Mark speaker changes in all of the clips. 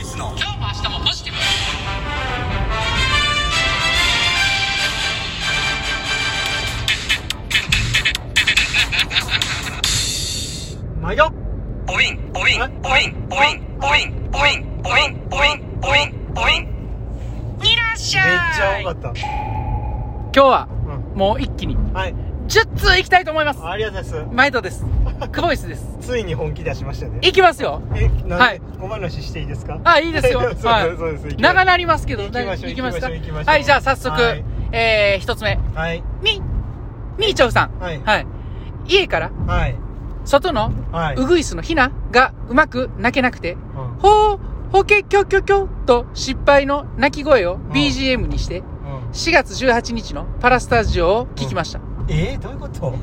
Speaker 1: イスの
Speaker 2: 今日も明日もポジティブ
Speaker 3: 毎度
Speaker 1: おびんおびんおびんおびんおびんおびんおびんおびんおびんおびん
Speaker 2: いらっし
Speaker 3: めっち
Speaker 2: ゃ
Speaker 3: ゃ
Speaker 2: い
Speaker 3: 多かっ
Speaker 2: 今日は
Speaker 3: た。う
Speaker 2: もう一気に
Speaker 3: ん。はい。
Speaker 2: 10通いきたいと思います
Speaker 3: ありがとうございま
Speaker 2: 毎度です久保イスです
Speaker 3: す。ついに本気出しましたね。
Speaker 2: いきますよ
Speaker 3: え、なん
Speaker 2: はい
Speaker 3: で、お話していいですか
Speaker 2: あいいですよ
Speaker 3: そうです
Speaker 2: はい
Speaker 3: そうです。行きましょう
Speaker 2: 長なりますけど
Speaker 3: 行きましょう
Speaker 2: いきますか
Speaker 3: 行きましょう行きましょう
Speaker 2: はいじゃあ早速、
Speaker 3: はい
Speaker 2: えー、一つ目
Speaker 3: はい。
Speaker 2: みみーちょうさん
Speaker 3: はい
Speaker 2: はい、家から
Speaker 3: はい。
Speaker 2: 外の
Speaker 3: はい。
Speaker 2: ウグイスのヒナがうまく鳴けなくて
Speaker 3: うん
Speaker 2: ほうほけきょきょきょと失敗の鳴き声を BGM にして
Speaker 3: うん
Speaker 2: 4月18日のパラスタジオを聞きました、
Speaker 3: えー、どういう こと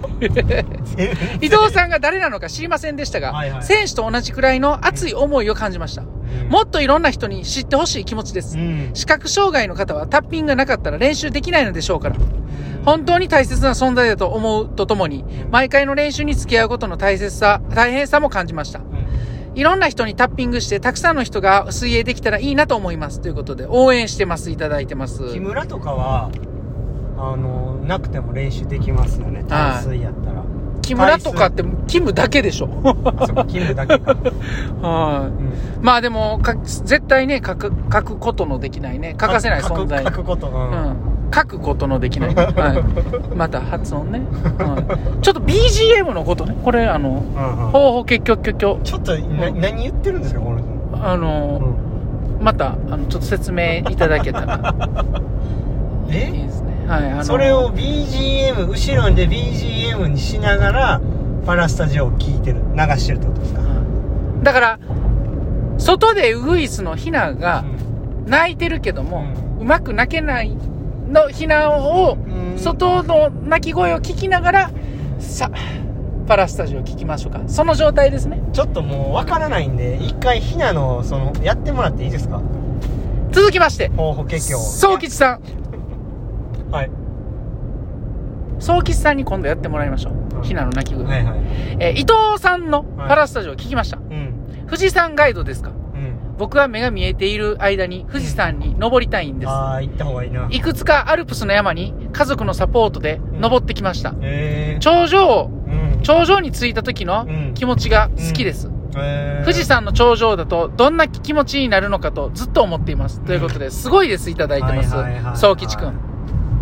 Speaker 2: 伊藤さんが誰なのか知りませんでしたが、
Speaker 3: はいはい
Speaker 2: 選手と同じくらいの熱い思いを感じました、
Speaker 3: ん
Speaker 2: もっといろんな人に知ってほしい気持ちです、
Speaker 3: うん。
Speaker 2: 視覚障害の方はタッピングがなかったら練習できないのでしょうから本当に大切な存在だと思うとともに毎回の練習に付き合うことの大切さ大変さも感じましたいろんな人にタッピングしてたくさんの人が水泳できたらいいなと思いますということで応援してますいただいてます
Speaker 3: 木村とかは、あの、なくても練習できますよね。淡水やったら。
Speaker 2: 木村とかってキムだけでし ょ
Speaker 3: あそこ、キムだ けか。
Speaker 2: はいまあでも、か絶対ね、書く、書くことのできないね。欠かせない存在。
Speaker 3: 書くこと。う
Speaker 2: うんん。書くことので きない。はい。また発音ね。はい。ちょっと BGM のことね。これ、あの、
Speaker 3: うんうん
Speaker 2: ほうほう結局結局、
Speaker 3: ちょっと、な何言ってるんですか、この人。
Speaker 2: あの、また、あの、ちょっと説明いただけたら。
Speaker 3: え
Speaker 2: いいですね。はい。あの、
Speaker 3: それを BGM 後ろで BGM にしながらパラスタジオを聴いてる流してるってことですか、
Speaker 2: はいだから、外でウグイスのヒナが泣いてるけども、うまく泣けないのヒナを、
Speaker 3: うん
Speaker 2: 外の鳴き声を聞きながらさパラスタジオ聞きましょうかその状態ですね
Speaker 3: ちょっともうわからないんで一回ひなのそのやってもらっていいですか
Speaker 2: 続きまして
Speaker 3: ほうほけきょう
Speaker 2: 宗吉さん
Speaker 3: はい
Speaker 2: 宗吉さんに今度やってもらいましょ
Speaker 3: うん
Speaker 2: うひなの鳴き声、
Speaker 3: はいはい
Speaker 2: えー伊藤さんのパラスタジオ聞きました、
Speaker 3: うん
Speaker 2: 富士山ガイドですか
Speaker 3: うん
Speaker 2: 僕は目が見えている間に富士山に登りたいんです
Speaker 3: ああ行った方がいいない
Speaker 2: くつかアルプスの山に家族のサポートで登ってきました、
Speaker 3: ええ
Speaker 2: 頂上
Speaker 3: うん
Speaker 2: 頂上に着いた時の
Speaker 3: うん
Speaker 2: 気持ちが好きです、
Speaker 3: えー
Speaker 2: 富士山の頂上だとどんな気持ちになるのかとずっと思っています。ということで、すごいです、いただいてます
Speaker 3: はいはいはいは。い
Speaker 2: そうきちくん。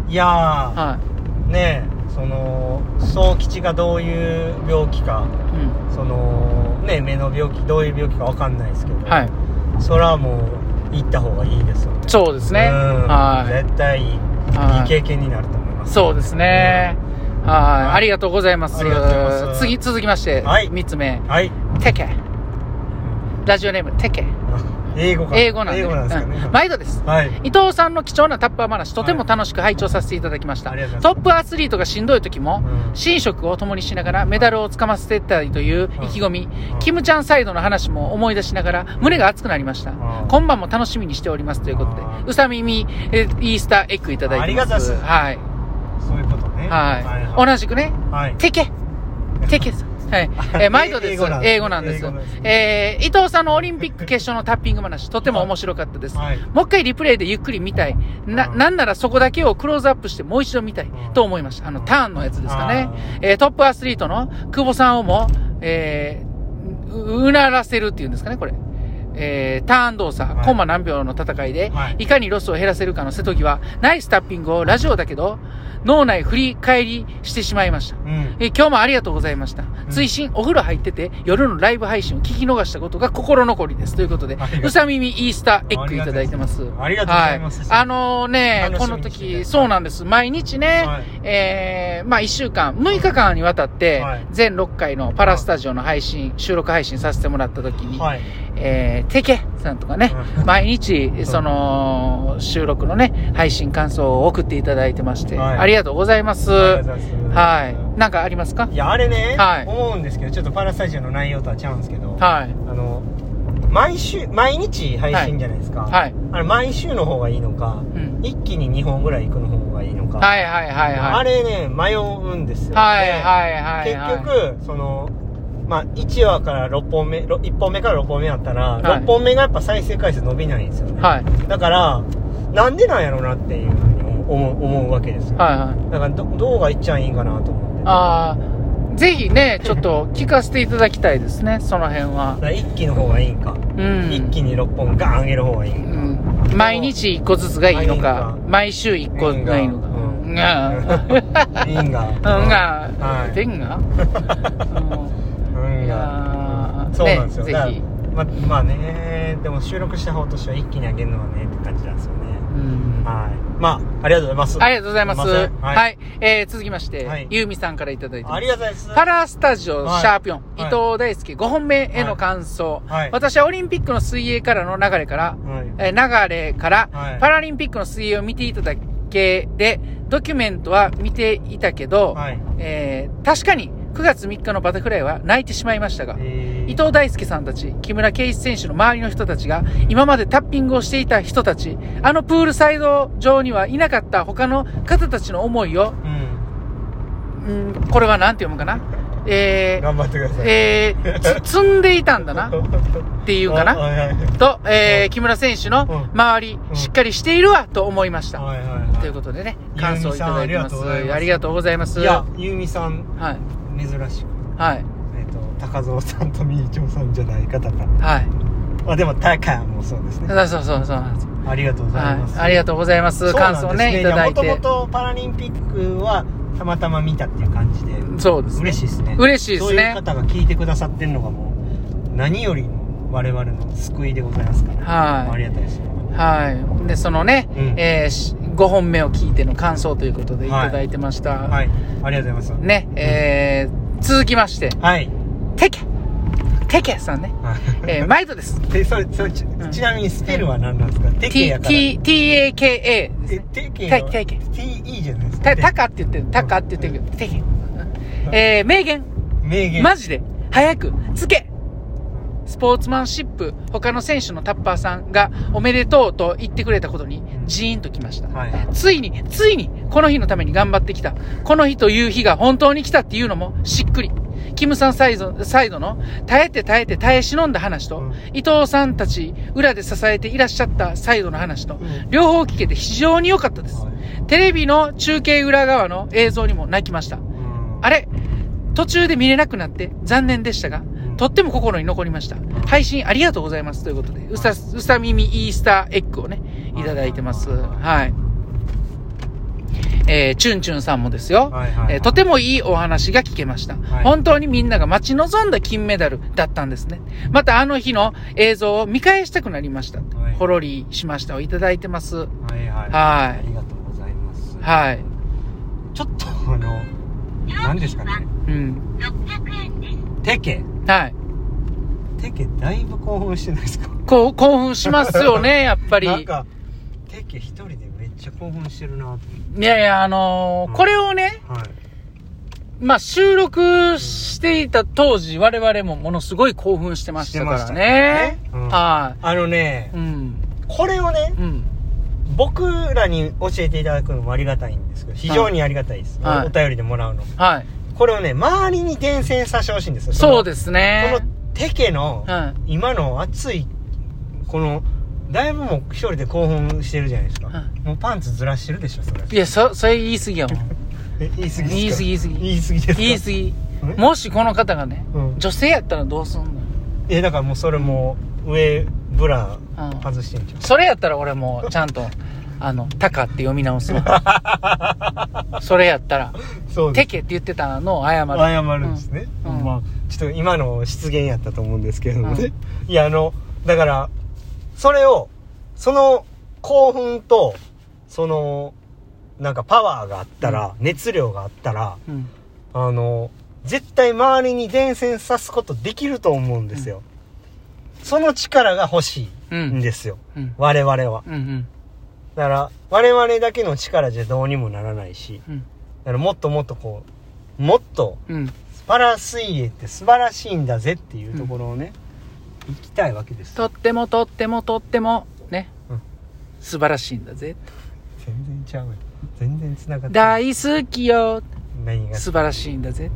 Speaker 3: いや
Speaker 2: は
Speaker 3: ーねえその宗吉がどういう病気か
Speaker 2: い。うん。
Speaker 3: そのね目の病気どういう病気かわかんないですけど
Speaker 2: はい。
Speaker 3: それはもう行った方がいいですよね
Speaker 2: そうですね。
Speaker 3: うん
Speaker 2: は
Speaker 3: 絶対いいいい
Speaker 2: はい
Speaker 3: 経験になると思いま
Speaker 2: い。
Speaker 3: す
Speaker 2: そうですね。はい
Speaker 3: は。い
Speaker 2: ありがとうございます。
Speaker 3: ありがとうございます
Speaker 2: 次、続きまして、
Speaker 3: はい
Speaker 2: 3つ目。
Speaker 3: はい
Speaker 2: テケ。ラジオネーム、テケ。
Speaker 3: 英語か
Speaker 2: 英語なんで
Speaker 3: 英
Speaker 2: ね。
Speaker 3: 語なんですかね、
Speaker 2: うん毎度です。
Speaker 3: はい
Speaker 2: 伊藤さんの貴重なタッパー話、とても楽しく拝聴させていただきました。
Speaker 3: ありがとうござ
Speaker 2: ト
Speaker 3: い
Speaker 2: ップアスリートがしんどい時も、
Speaker 3: うん
Speaker 2: 寝食を共にしながらメダルをつかませていったりという意気込み、キムちゃんサイドの話も思い出しながら胸が熱くなりました。
Speaker 3: ん
Speaker 2: 今晩も楽しみにしておりますということで
Speaker 3: うん、
Speaker 2: うさみみえイースターエッグいただいてます。
Speaker 3: ありがとうございます
Speaker 2: はい。
Speaker 3: そういうことね
Speaker 2: はい。
Speaker 3: はい
Speaker 2: 同じくね、
Speaker 3: はい
Speaker 2: テケ。テケさん。はい。 えー、毎度です。
Speaker 3: 英語なんです
Speaker 2: 英語なんです
Speaker 3: 英語なんです。
Speaker 2: えー、伊藤さんのオリンピック決勝のタッピング話、とても面白かったです。
Speaker 3: はい
Speaker 2: もう一回リプレイでゆっくり見たい。な、
Speaker 3: うん
Speaker 2: なんならそこだけをクローズアップしてもう一度見たい
Speaker 3: うん。
Speaker 2: と思いました。あの、ターンのやつですかね
Speaker 3: あ。
Speaker 2: えートップアスリートの久保さんをも、えー、ううならせるっていうんですかね、これ。えー、ターン動作、
Speaker 3: はい
Speaker 2: コンマ何秒の戦いで、
Speaker 3: はい
Speaker 2: い、かにロスを減らせるかの瀬戸際、ナイスタッピングをラジオだけど、脳内振り返りしてしまいました。
Speaker 3: うん
Speaker 2: えー今日もありがとうございました。追伸、お風呂入ってて、夜のライブ配信を聞き逃したことが心残りです。ということで
Speaker 3: ありがと、う
Speaker 2: うさ耳イースターエッグいただいてます。
Speaker 3: ありがとうございます
Speaker 2: は
Speaker 3: ありがと
Speaker 2: あ
Speaker 3: うございます
Speaker 2: のね、こ
Speaker 3: 楽しみ
Speaker 2: の
Speaker 3: にして
Speaker 2: 時、そうなんです。毎日ね、
Speaker 3: はい
Speaker 2: えーまあ1週間、6日間にわたって
Speaker 3: はい、
Speaker 2: 全6回のパラスタジオの配信、収録配信させてもらった時に、
Speaker 3: はい
Speaker 2: えー、テケさんとかね、
Speaker 3: うん
Speaker 2: 毎日、その、収録のね、配信感想を送っていただいてまして、
Speaker 3: はい
Speaker 2: ありがとうございます。
Speaker 3: ありが
Speaker 2: は
Speaker 3: とうございます
Speaker 2: い。なんかありますか
Speaker 3: いやあれね、
Speaker 2: はい
Speaker 3: 思うんですけどちょっとパラスタジオの内容とは違うんですけど、
Speaker 2: はい。
Speaker 3: あの毎週毎日配信じゃないですか、
Speaker 2: はい。
Speaker 3: あれ毎週の方がいいのか
Speaker 2: うん。
Speaker 3: 一気に2本ぐらい行くの方がいいのか、
Speaker 2: はいはいはいはい。
Speaker 3: あれね迷うんですよ、
Speaker 2: はい
Speaker 3: で
Speaker 2: はいはいはい。
Speaker 3: 結局そのまあ、1話から6本目、ろ1本目から6本目だったら、
Speaker 2: い
Speaker 3: 6本目がやっぱ再生回数伸びないんですよね。
Speaker 2: はい。
Speaker 3: だから、なんでなんやろうなっていうふうに思う、思うわけですよ。
Speaker 2: はいはい。
Speaker 3: だからど、どうがいっちゃいいんかなと思って。だか
Speaker 2: ああ、ぜひね、ちょっと聞かせていただきたいですね、その辺は。
Speaker 3: ら一気の方がいいんか。
Speaker 2: うん。
Speaker 3: 一気に6本ガーン上げる方がいいん
Speaker 2: う
Speaker 3: か。
Speaker 2: ん。毎日1個ずつがいいの
Speaker 3: あい
Speaker 2: か
Speaker 3: いの、か
Speaker 2: 毎週1個がいいのか。
Speaker 3: う
Speaker 2: うんん。が、
Speaker 3: いいんが。うん
Speaker 2: うんが、
Speaker 3: はい。
Speaker 2: でんが
Speaker 3: う
Speaker 2: うん
Speaker 3: ん
Speaker 2: いや
Speaker 3: が。
Speaker 2: ー
Speaker 3: そうなんですよ。
Speaker 2: ね
Speaker 3: だか
Speaker 2: ぜ
Speaker 3: ら
Speaker 2: ひ。
Speaker 3: ま、まあね、でも収録した方としては一気に上げるのはね、って感じなんですよね。
Speaker 2: うん
Speaker 3: はい。まあ、ありがとうございます。
Speaker 2: ありがとうございます。
Speaker 3: すいません
Speaker 2: は、
Speaker 3: はいい
Speaker 2: えー続きまして、
Speaker 3: はい
Speaker 2: ゆうみさんからいただいてま
Speaker 3: あ
Speaker 2: す
Speaker 3: り。がとうございます。
Speaker 2: パラスタジオ、
Speaker 3: はい
Speaker 2: シャーピョン、伊
Speaker 3: はい
Speaker 2: 藤大輔5本目への感想、
Speaker 3: はい
Speaker 2: 私はオリンピックの水泳からの流れから、
Speaker 3: はい。
Speaker 2: えー流れから、
Speaker 3: はい
Speaker 2: パラリンピックの水泳を見ていただけで、ドキュメントは見ていたけど、
Speaker 3: はい。
Speaker 2: えー確かに9月3日のバタフライは泣いてしまいましたが、
Speaker 3: えー
Speaker 2: 伊藤大輔さんたち、木村圭一選手の周りの人たちが、今までタッピングをしていた人たち、あのプールサイド上にはいなかった他の方たちの思いを、
Speaker 3: うん。
Speaker 2: うん、これはなんて読むかなえー
Speaker 3: 頑張ってください。
Speaker 2: えー、つ積んでいたんだなっていうかな
Speaker 3: はいはいはい。
Speaker 2: と、えー、木村選手の
Speaker 3: うん
Speaker 2: 周り、
Speaker 3: うん
Speaker 2: しっかりしているわと思いました。
Speaker 3: はいはいはい
Speaker 2: ということでね、感想をいただいてます。
Speaker 3: ゆうみさんありがとうございます
Speaker 2: ありがとうございます。
Speaker 3: いや、ゆうみさん、
Speaker 2: はい、
Speaker 3: 珍しく。
Speaker 2: はい、
Speaker 3: えっ、と、高蔵さんとみーちょさんじゃない方から。
Speaker 2: はい。
Speaker 3: あ、でも、たかもそうですね。
Speaker 2: そうそうそうそうなんです。
Speaker 3: ありがとうござい
Speaker 2: は
Speaker 3: ます。
Speaker 2: い、ありがとうございます。
Speaker 3: そうな
Speaker 2: 感
Speaker 3: んです
Speaker 2: 想ね、いただい
Speaker 3: や
Speaker 2: て
Speaker 3: も。ともとパラリンピックは、たまたま見たっていう感じで、
Speaker 2: そうですね。
Speaker 3: 嬉しいですね。
Speaker 2: 嬉しいですね
Speaker 3: そういう方が聞いてくださってるのがもう、何よりの我々の救いでございますから。
Speaker 2: はい
Speaker 3: ありがたいです。
Speaker 2: はい。で、そのね、
Speaker 3: うん
Speaker 2: え5本目を聞いての感想ということでいただいてました。
Speaker 3: はい。ありがとうございます。
Speaker 2: ね、えー、続きまして、
Speaker 3: はい。
Speaker 2: テケテケさんね。えー、毎度です。
Speaker 3: で、それ、それち
Speaker 2: ん
Speaker 3: ちなみにスペルは何なんですか、テケ
Speaker 2: t,
Speaker 3: やから。
Speaker 2: t, t-a-k-a です
Speaker 3: え
Speaker 2: ね。
Speaker 3: テケ
Speaker 2: テ
Speaker 3: は
Speaker 2: テケ
Speaker 3: TE じゃないですか。
Speaker 2: た、たかって言ってる。たかって言ってるけど、テケ。えー、名言。
Speaker 3: 名言。
Speaker 2: マジで、早く、つけスポーツマンシップ、他の選手のタッパーさんが、おめでとうと言ってくれたことに、ジーンときました。
Speaker 3: はい
Speaker 2: ついに、ついに、この日のために頑張ってきた。この日という日が本当に来たっていうのも、しっくり。キムさんサイドサイドの、耐えて耐えて耐え忍んだ話と、
Speaker 3: うん
Speaker 2: 伊藤さんたち、裏で支えていらっしゃったサイドの話と、
Speaker 3: うん
Speaker 2: 両方聞けて非常に良かったです。テレビの中継裏側の映像にも泣きました。あ
Speaker 3: れ
Speaker 2: れ途中で見れなくなって残念でしたが、とっても心に残りました。配信ありがとうございます。ということで、うさ、うさ耳イースターエッグをね、いただいてます。はい。えー、チュンチュンさんもですよ。
Speaker 3: はいはいはい
Speaker 2: えーとてもいいお話が聞けました、
Speaker 3: はい
Speaker 2: 本当にみんなが待ち望んだ金メダルだったんですね。またあの日の映像を見返したくなりました。
Speaker 3: はい
Speaker 2: ほろりしましたをいただいてます。
Speaker 3: はいはい。
Speaker 2: はい
Speaker 3: ありがとうございます。
Speaker 2: はい。
Speaker 3: ちょっと、あの、何ですかね。
Speaker 2: うん。
Speaker 3: テケ。
Speaker 2: はい。
Speaker 3: テケ、だいぶ興奮してないですか
Speaker 2: こう、興奮しますよ ね、やっぱり。
Speaker 3: なんか、テケ一人でめっちゃ興奮してるなと思って。
Speaker 2: いやいや、あのー
Speaker 3: うん
Speaker 2: これをね、
Speaker 3: はい。
Speaker 2: まあ、収録していた当時、我々もものすごい興奮してましたからね。
Speaker 3: してましたからねうん
Speaker 2: は
Speaker 3: あのね
Speaker 2: い。、うん。
Speaker 3: これをね、
Speaker 2: うん。
Speaker 3: 僕らに教えていただくのもありがたいんですけど、非常にありがたいです。
Speaker 2: はい
Speaker 3: おお便りでもらうの。
Speaker 2: はい。
Speaker 3: これをね、周りに伝染させてほしいんですよ。。
Speaker 2: そうですす
Speaker 3: こ
Speaker 2: ね
Speaker 3: の。テケの、
Speaker 2: はい。
Speaker 3: 今の熱い、この、だいぶもう一人で興奮してるじゃないですか。
Speaker 2: はい
Speaker 3: もうパンツずらしてるでしょ、それ。
Speaker 2: いや、そ、それ言い過ぎ やもん。
Speaker 3: え言い過ぎ
Speaker 2: 言い
Speaker 3: です
Speaker 2: 過ぎ
Speaker 3: か
Speaker 2: 言い過ぎ。
Speaker 3: 言い過ぎですか
Speaker 2: 言い過ぎ
Speaker 3: え。
Speaker 2: もしこの方がね、
Speaker 3: うん
Speaker 2: 女性やったらどうすんの
Speaker 3: え、だからもうそれもう、上、ブラ
Speaker 2: うん、
Speaker 3: 外してんじゃん。
Speaker 2: それやったら俺もうちゃんと、あの、タカって読み直すわ。 それやったら、
Speaker 3: そうです
Speaker 2: テケって言ってたのを謝る。
Speaker 3: 謝るんですね、
Speaker 2: うん
Speaker 3: まあちょっと今の失言やったと思うんですけれどもね、いやあのだからそれをその興奮とそのなんかパワーがあったら、熱量があったら
Speaker 2: うん。
Speaker 3: あの絶対周りに伝染さすことできると思うんですよ、その力が欲し
Speaker 2: う
Speaker 3: いん
Speaker 2: ん。
Speaker 3: ですよ、
Speaker 2: うん。
Speaker 3: 我々は
Speaker 2: うん。うん。
Speaker 3: だから我々だけの力じゃどうにもならないし
Speaker 2: うん。
Speaker 3: だからもっともっとこうもっと
Speaker 2: うん。
Speaker 3: パラ水泳って素晴らしいんだぜっていうところをね、行きたいわけです
Speaker 2: とってもとってもとってもね、
Speaker 3: うん
Speaker 2: 素晴らしいんだぜ
Speaker 3: 全然ちゃうよ全然つながってない
Speaker 2: 大好きよ
Speaker 3: 何が
Speaker 2: 素晴らしいんだぜ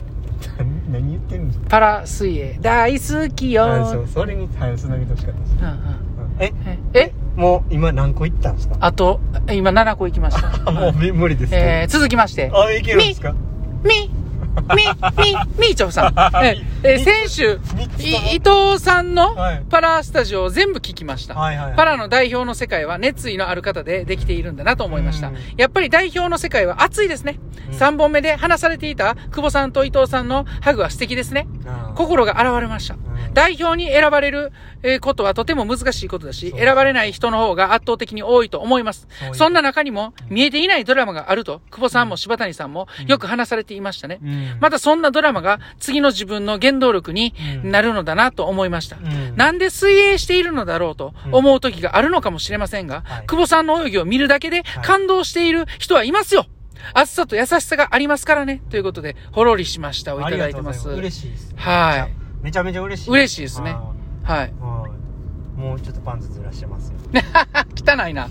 Speaker 3: 何何言ってるんですか
Speaker 2: パラ水泳大好きよ
Speaker 3: あそうそれにはいつなげてほしかったです、
Speaker 2: うんうん
Speaker 3: うんえ
Speaker 2: ええ
Speaker 3: もう今何個いったんですか
Speaker 2: あと今7個行きました
Speaker 3: あもうみ無理です
Speaker 2: えー
Speaker 3: ね、
Speaker 2: 続きまして
Speaker 3: あいけるんですか
Speaker 2: み、み、み、みーちょぱさん。え、え
Speaker 3: み
Speaker 2: 先週
Speaker 3: みっ、つ
Speaker 2: い伊藤さんの
Speaker 3: はい
Speaker 2: パラスタジオを全部聞きました。
Speaker 3: はいはいはい
Speaker 2: パラの代表の世界は熱意のある方でできているんだなと思いました
Speaker 3: うん。
Speaker 2: やっぱり代表の世界は熱いですね。
Speaker 3: うん
Speaker 2: 3本目で話されていた久保さんと伊藤さんのハグは素敵ですね。
Speaker 3: あー
Speaker 2: 心が現れました。
Speaker 3: ん
Speaker 2: 代表に選ばれるえーことはとても難しいことだし、
Speaker 3: そう
Speaker 2: 選ばれない人の方が圧倒的に多いと思います。
Speaker 3: そういう
Speaker 2: そんな中にも、見えていないドラマがあると、久保さんも柴谷さんもよく話されていましたね。
Speaker 3: うん
Speaker 2: またそんなドラマが次の自分の原動力に
Speaker 3: うん
Speaker 2: なるのだなと思いました。
Speaker 3: うん
Speaker 2: なんで水泳しているのだろうと思う時があるのかもしれませんが、
Speaker 3: はい
Speaker 2: 久保さんの泳ぎを見るだけで
Speaker 3: い
Speaker 2: 感動している人はいますよ暑さと優しさがありますからね。ということで、ほろりしましたをい
Speaker 3: あ
Speaker 2: た
Speaker 3: り
Speaker 2: だ
Speaker 3: が
Speaker 2: い
Speaker 3: と
Speaker 2: て
Speaker 3: うご
Speaker 2: ま。
Speaker 3: ざいますす嬉しいです
Speaker 2: はい
Speaker 3: めちゃめちゃ嬉しい
Speaker 2: 嬉しいですね
Speaker 3: あ
Speaker 2: はい。
Speaker 3: ーはいもうちょっとパンツずらしてますよ
Speaker 2: 汚いな。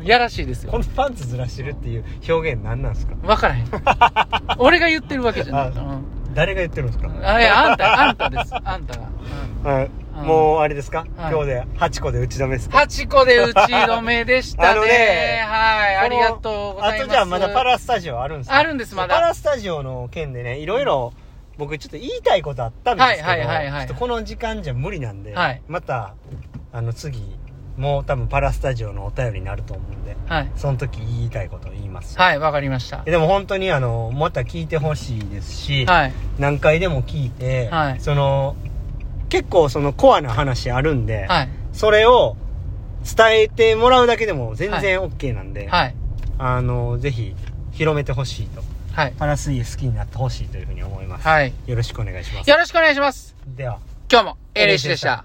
Speaker 2: うん、やらしいですよ
Speaker 3: こ。のパンツずらしてるっていう表現何なんですか
Speaker 2: わ からへん。俺が言ってるわけじゃない。
Speaker 3: あ
Speaker 2: う
Speaker 3: 誰が言ってるんですか
Speaker 2: ん、あいや、あんた、あんたです。あんたが。うん
Speaker 3: はい
Speaker 2: うん
Speaker 3: もうあれですか
Speaker 2: はい
Speaker 3: 今日で8個で打ち止めですか
Speaker 2: 8個で打ち止めでした
Speaker 3: あの
Speaker 2: ね
Speaker 3: ね。
Speaker 2: はい、ありがとうございます。
Speaker 3: あとじゃあまだパラスタジオあるんですよ
Speaker 2: あるんですまだ
Speaker 3: パラスタジオの件でねいろいろ僕ちょっと言いたいことあったんですけど、
Speaker 2: はいはいはいはい
Speaker 3: ちょっとこの時間じゃ無理なんで、
Speaker 2: はい
Speaker 3: またあの次もう多分パラスタジオのお便りになると思うんで
Speaker 2: はい。
Speaker 3: その時言いたいこと言います、
Speaker 2: はい、わかりました
Speaker 3: え。でも本当にあのまた聞いてほしいですし、
Speaker 2: はい。
Speaker 3: 何回でも聞いて、
Speaker 2: はい
Speaker 3: その結構そのコアな話あるんで、
Speaker 2: はい。
Speaker 3: それを伝えてもらうだけでも全然 OK なんで、
Speaker 2: はい。
Speaker 3: あの、ぜひ、広めてほしいと。
Speaker 2: はい。
Speaker 3: パラ水泳好きになってほしいというふうに思います。
Speaker 2: はい。
Speaker 3: よろしくお願いします。
Speaker 2: よろしくお願いします。
Speaker 3: では。
Speaker 2: 今日も、エレシでした。